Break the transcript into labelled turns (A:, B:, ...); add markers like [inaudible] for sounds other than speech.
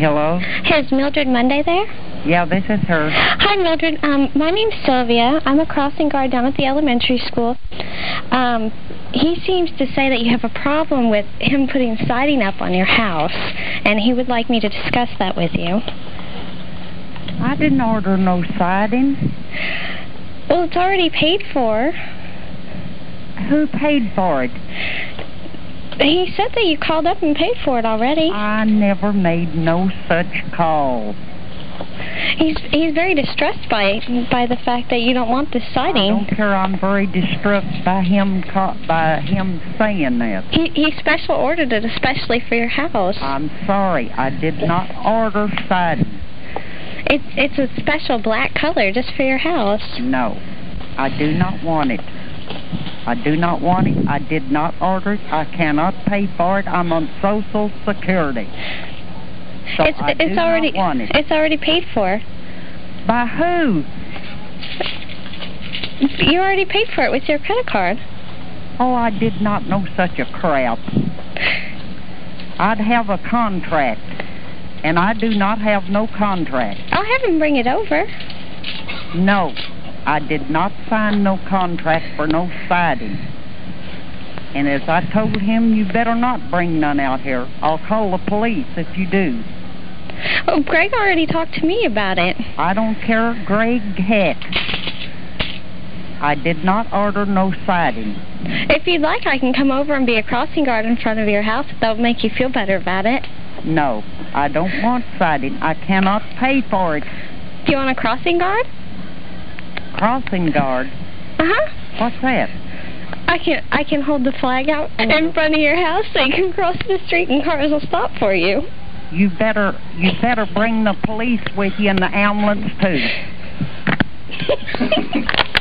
A: Hello?
B: Is Mildred Monday there?
A: Yeah, this is her.
B: Hi, Mildred. Um, my name's Sylvia. I'm a crossing guard down at the elementary school. Um, he seems to say that you have a problem with him putting siding up on your house, and he would like me to discuss that with you.
A: I didn't order no siding.
B: Well, it's already paid for.
A: Who paid for it?
B: He said that you called up and paid for it already.
A: I never made no such call.
B: He's he's very distressed by by the fact that you don't want this
A: I
B: siding.
A: don't care. I'm very distraught by him ca- by him saying that.
B: He he special ordered it especially for your house.
A: I'm sorry. I did not order siding.
B: It's it's a special black color just for your house.
A: No, I do not want it. I do not want it. I did not order it. I cannot pay for it. I'm on Social Security. So
B: it's
A: I
B: it's
A: do
B: already
A: not want it.
B: it's already paid for.
A: By who?
B: You already paid for it with your credit card.
A: Oh, I did not know such a crap. I'd have a contract, and I do not have no contract.
B: I'll have him bring it over.
A: No, I did not sign no contract for no siding. And as I told him, you better not bring none out here. I'll call the police if you do.
B: Oh, Greg already talked to me about it.
A: I don't care, Greg Heck. I did not order no siding.
B: If you'd like, I can come over and be a crossing guard in front of your house. If that'll make you feel better about it.
A: No, I don't want siding. I cannot pay for it.
B: Do you want a crossing guard?
A: Crossing guard.
B: Uh huh.
A: What's that?
B: I can I can hold the flag out in front of your house so you can cross the street and cars will stop for you.
A: [laughs] You better you better bring the police with you and the ambulance too.